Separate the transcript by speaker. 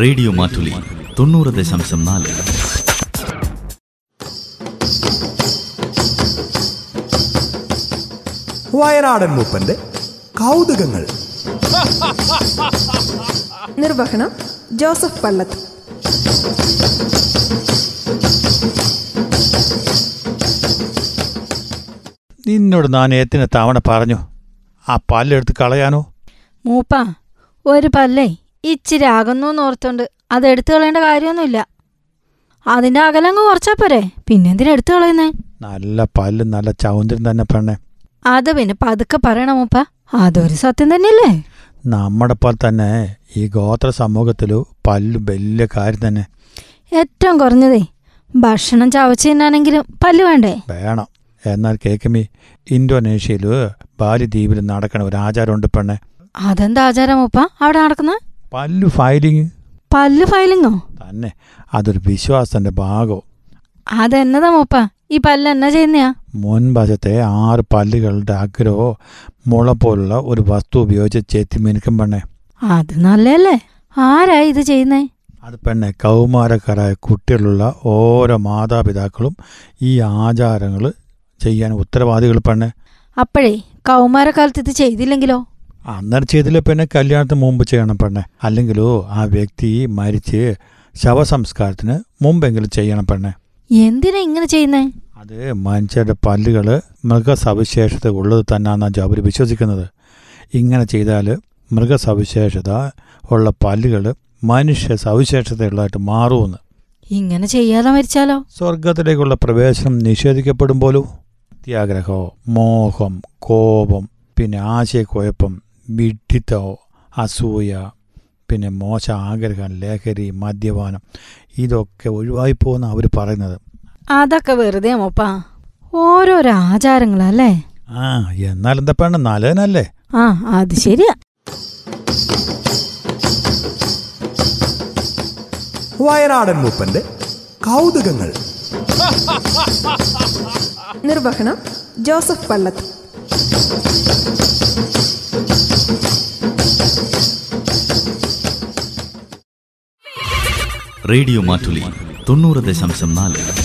Speaker 1: radio Mattoli തൊണ്ണൂറ് ദശാംശം നാല്
Speaker 2: വയനാടൻ മൂപ്പന്റെ കൗതുകങ്ങൾ
Speaker 3: നിർവഹണം ജോസഫ് പള്ളത്ത്
Speaker 4: നിന്നോട് ഞാൻ ഏത്തിന് തവണ പറഞ്ഞു ആ പല്ലെടുത്ത് കളയാനോ
Speaker 5: മൂപ്പ ഒരു പല്ലേ ഇച്ചിരി അകന്നൂന്ന് ഓർത്തോണ്ട് അത് എടുത്തു കളയേണ്ട കാര്യമൊന്നുമില്ല അതിൻ്റെ അകലങ്ങ് കുറച്ചാ പോരെ പിന്നെന്തിനാ എടുത്തു കളയുന്നേ
Speaker 4: നല്ല പല്ല് നല്ല ചൗന്ദര്യം തന്നെ പെണ്ണെ
Speaker 5: അത് പിന്നെ പതുക്കെ പറയണം മൂപ്പ അതൊരു സത്യം തന്നെയല്ലേ
Speaker 4: നമ്മുടെ പോലെ തന്നെ ഈ ഗോത്ര സമൂഹത്തിൽ പല്ല് വലിയ കാര്യം തന്നെ
Speaker 5: ഏറ്റവും കുറഞ്ഞതേ ഭക്ഷണം ചവച്ച് തിന്നാനെങ്കിലും പല്ല് വേണ്ടേ
Speaker 4: വേണം എന്നാൽ കേക്കുമി ഇന്തോനേഷ്യയിൽ ബാലി ദ്വീപിൽ നടക്കണ ഒരു ആചാരമുണ്ട് പെണ്ണെ
Speaker 5: അതെന്താ ആചാരം മൂപ്പ അവിടെ നടക്കുന്ന
Speaker 4: പല്ല് ഫയലിങ്
Speaker 5: പല്ല് ഫയലിങ്ങോ
Speaker 4: തന്നെ അതൊരു വിശ്വാസത്തിൻ്റെ ഭാഗവും
Speaker 5: അതെന്നതാ മൂപ്പ ഈ പല്ല് എന്നാ ചെയ്യുന്നയാ
Speaker 4: മുൻവശത്തെ ആറ് പല്ലുകളുടെ അഗ്രോ മുള പോലുള്ള ഒരു വസ്തു ഉപയോഗിച്ച് ചെത്തി മിനുക്കും പെണ്ണെ
Speaker 5: അത് നല്ലതല്ലേ ആരാ ഇത് ചെയ്യുന്നേ
Speaker 4: അത് പെണ്ണെ കൗമാരക്കാരായ കുട്ടികളുള്ള ഓരോ മാതാപിതാക്കളും ഈ ആചാരങ്ങൾ ചെയ്യാൻ ഉത്തരവാദികൾ പെണ്ണെ
Speaker 5: അപ്പോഴേ കൗമാരക്കാലത്ത് ഇത് ചെയ്തില്ലെങ്കിലോ
Speaker 4: അന്നേരം ചെയ്തില്ല പിന്നെ കല്യാണത്തിന് മുമ്പ് ചെയ്യണം പെണ്ണെ അല്ലെങ്കിലോ ആ വ്യക്തി മരിച്ച് ശവസംസ്കാരത്തിന് മുമ്പെങ്കിലും ചെയ്യണം പെണ്ണെ
Speaker 5: എന്തിനാ ഇങ്ങനെ ചെയ്യുന്നേ
Speaker 4: അത് മനുഷ്യരുടെ പല്ലുകൾ മൃഗസവിശേഷത ഉള്ളത് തന്നെയാണെന്നാണ് അവർ വിശ്വസിക്കുന്നത് ഇങ്ങനെ ചെയ്താൽ മൃഗസവിശേഷത ഉള്ള പല്ലുകൾ മനുഷ്യ സവിശേഷതയുള്ളതായിട്ട് മാറുമെന്ന്
Speaker 5: ഇങ്ങനെ ചെയ്യാതെ മരിച്ചാലോ
Speaker 4: സ്വർഗത്തിലേക്കുള്ള പ്രവേശനം നിഷേധിക്കപ്പെടുമ്പോലോ അത്യാഗ്രഹമോ മോഹം കോപം പിന്നെ ആശയക്കുഴപ്പം വിഡ്ഢിത്തമോ അസൂയ പിന്നെ മോശ ആഗ്രഹം ലഹരി മദ്യപാനം ഇതൊക്കെ ഒഴിവായി പോകുന്ന അവർ പറയുന്നത്
Speaker 5: അതൊക്കെ വെറുതെ മോപ്പാ ഓരോരോ ആചാരങ്ങളല്ലേ
Speaker 4: ആ എന്നാൽ എന്താ പെണ്ണ് നല്ലതിനല്ലേ
Speaker 5: ആ അത് ശരിയാ
Speaker 2: വയനാടൻ മൂപ്പന്റെ കൗതുകങ്ങൾ
Speaker 3: നിർവഹണം ജോസഫ് പള്ളത്ത്
Speaker 1: റേഡിയോ മാറ്റുലി തൊണ്ണൂറ് ദശാംശം നാല്